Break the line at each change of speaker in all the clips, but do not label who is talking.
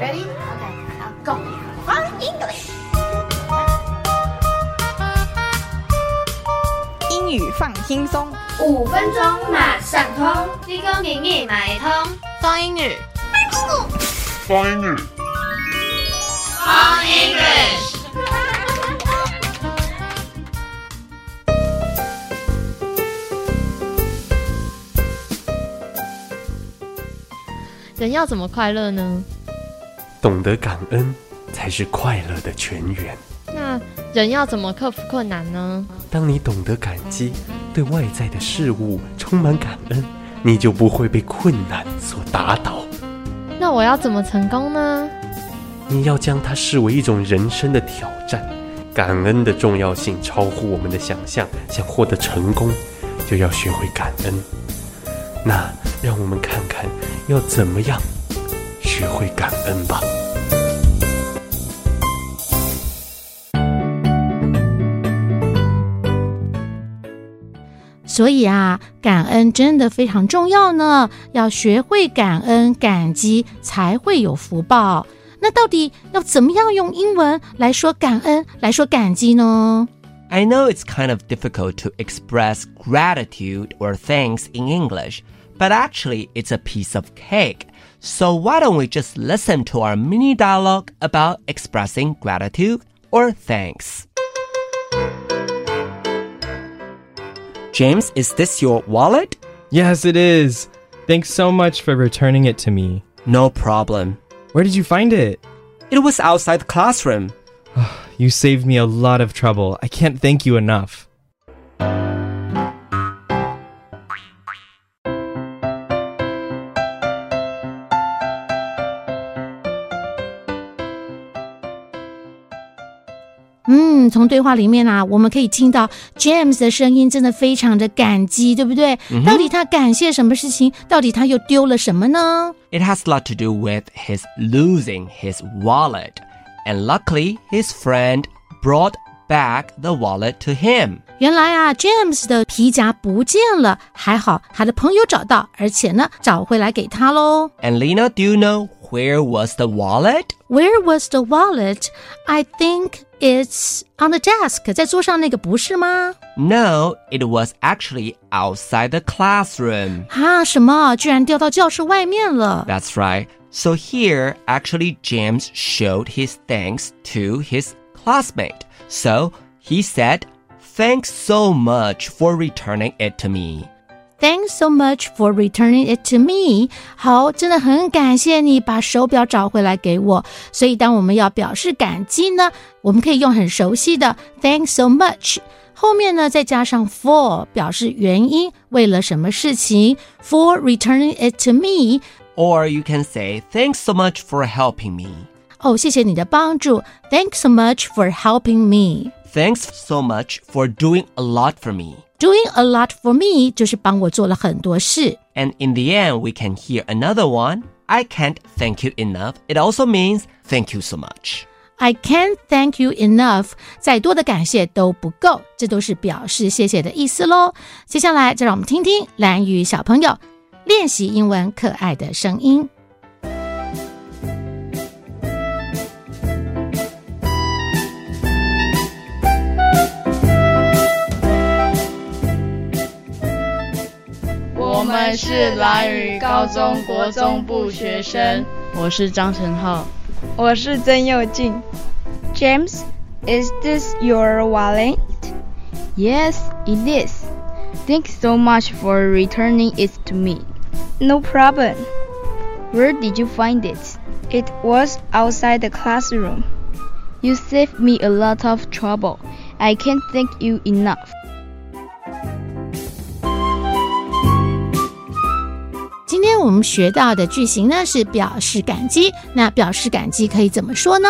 Ready? Okay, now go. Fine English.
英语放轻松。
五分钟马上通，
你讲英语买通，
双英语，
方英语，
人要怎么快乐呢？
懂得感恩才是快乐的泉源。
那人要怎么克服困难呢？
当你懂得感激，对外在的事物充满感恩，你就不会被困难所打倒。
那我要怎么成功呢？
你要将它视为一种人生的挑战。感恩的重要性超乎我们的想象，想获得成功，就要学会感恩。那让我们看看要怎么样学会感恩吧。
所以啊，感恩真的非常重要呢，要学会感恩感激，才会有福报。那到底要怎么样用英文来说感恩，来说感激呢？
I know it's kind of difficult to express gratitude or thanks in English, but actually it's a piece of cake. So why don't we just listen to our mini dialogue about expressing gratitude or thanks? James, is this your wallet?
Yes, it is. Thanks so much for returning it to me.
No problem.
Where did you find it?
It was outside the classroom.
You saved me a lot of trouble. I can't thank you enough.
嗯，从对话里面啊，我们可以听到 James 的声音，真的非常的感激，对不对？到底他感谢什么事情？到底他又丢了什么呢？
It has a lot to do with his losing his wallet. And luckily, his friend brought back the wallet to him.
原来啊，James 的皮夹不见了，还好他的朋友找到，而且呢，找回来给他喽。
And Lena, do you know where was the wallet?
Where was the wallet? I think it's on the desk，在桌上那个不是吗？
No, it was actually outside the classroom.
啊，什么？居然掉到教室外面了！
That's right. So here, actually, James showed his thanks to his classmate. So he said, Thanks so much for returning it to me.
Thanks so much for returning it to me。好，真的很感谢你把手表找回来给我。所以，当我们要表示感激呢，我们可以用很熟悉的 Thanks so much，后面呢再加上 for 表示原因，为了什么事情。For returning it to me，
Or you can say, Thanks so much for helping me.
哦，谢谢你的帮助。Thanks so much for helping me。
Thanks so much for doing a lot for me.
Doing a lot for me 就是帮我做了很多事。
And in the end, we can hear another one. I can't thank you enough. It also means thank you so much.
I can't thank you enough，再多的感谢都不够，这都是表示谢谢的意思喽。接下来，再让我们听听蓝宇小朋友练习英文可爱的声音。
我们是蓝屿高中国中部学生，
我是张晨浩，
我是曾佑静。James, is this your wallet? Yes, it is. Thanks so much for returning it to me. No problem. Where did you find it? It was outside the classroom. You saved me a lot of trouble. I can't thank you enough.
今天我们学到的句型呢是表示感激，那表示感激可以怎么说呢？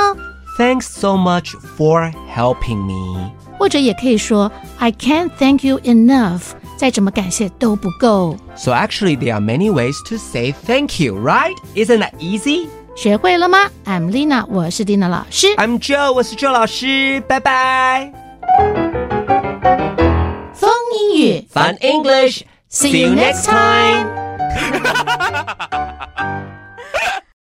Thanks so much for helping me.
或者也可以说 I can't thank you enough，再怎么感谢都不够。
So actually, there are many ways to say thank you, right? Isn't that easy?
学会了吗？I'm Lina，我是 Lina 老师。
I'm Joe，我是 Joe 老师，拜拜。
风英语
Fun English.
See you next time.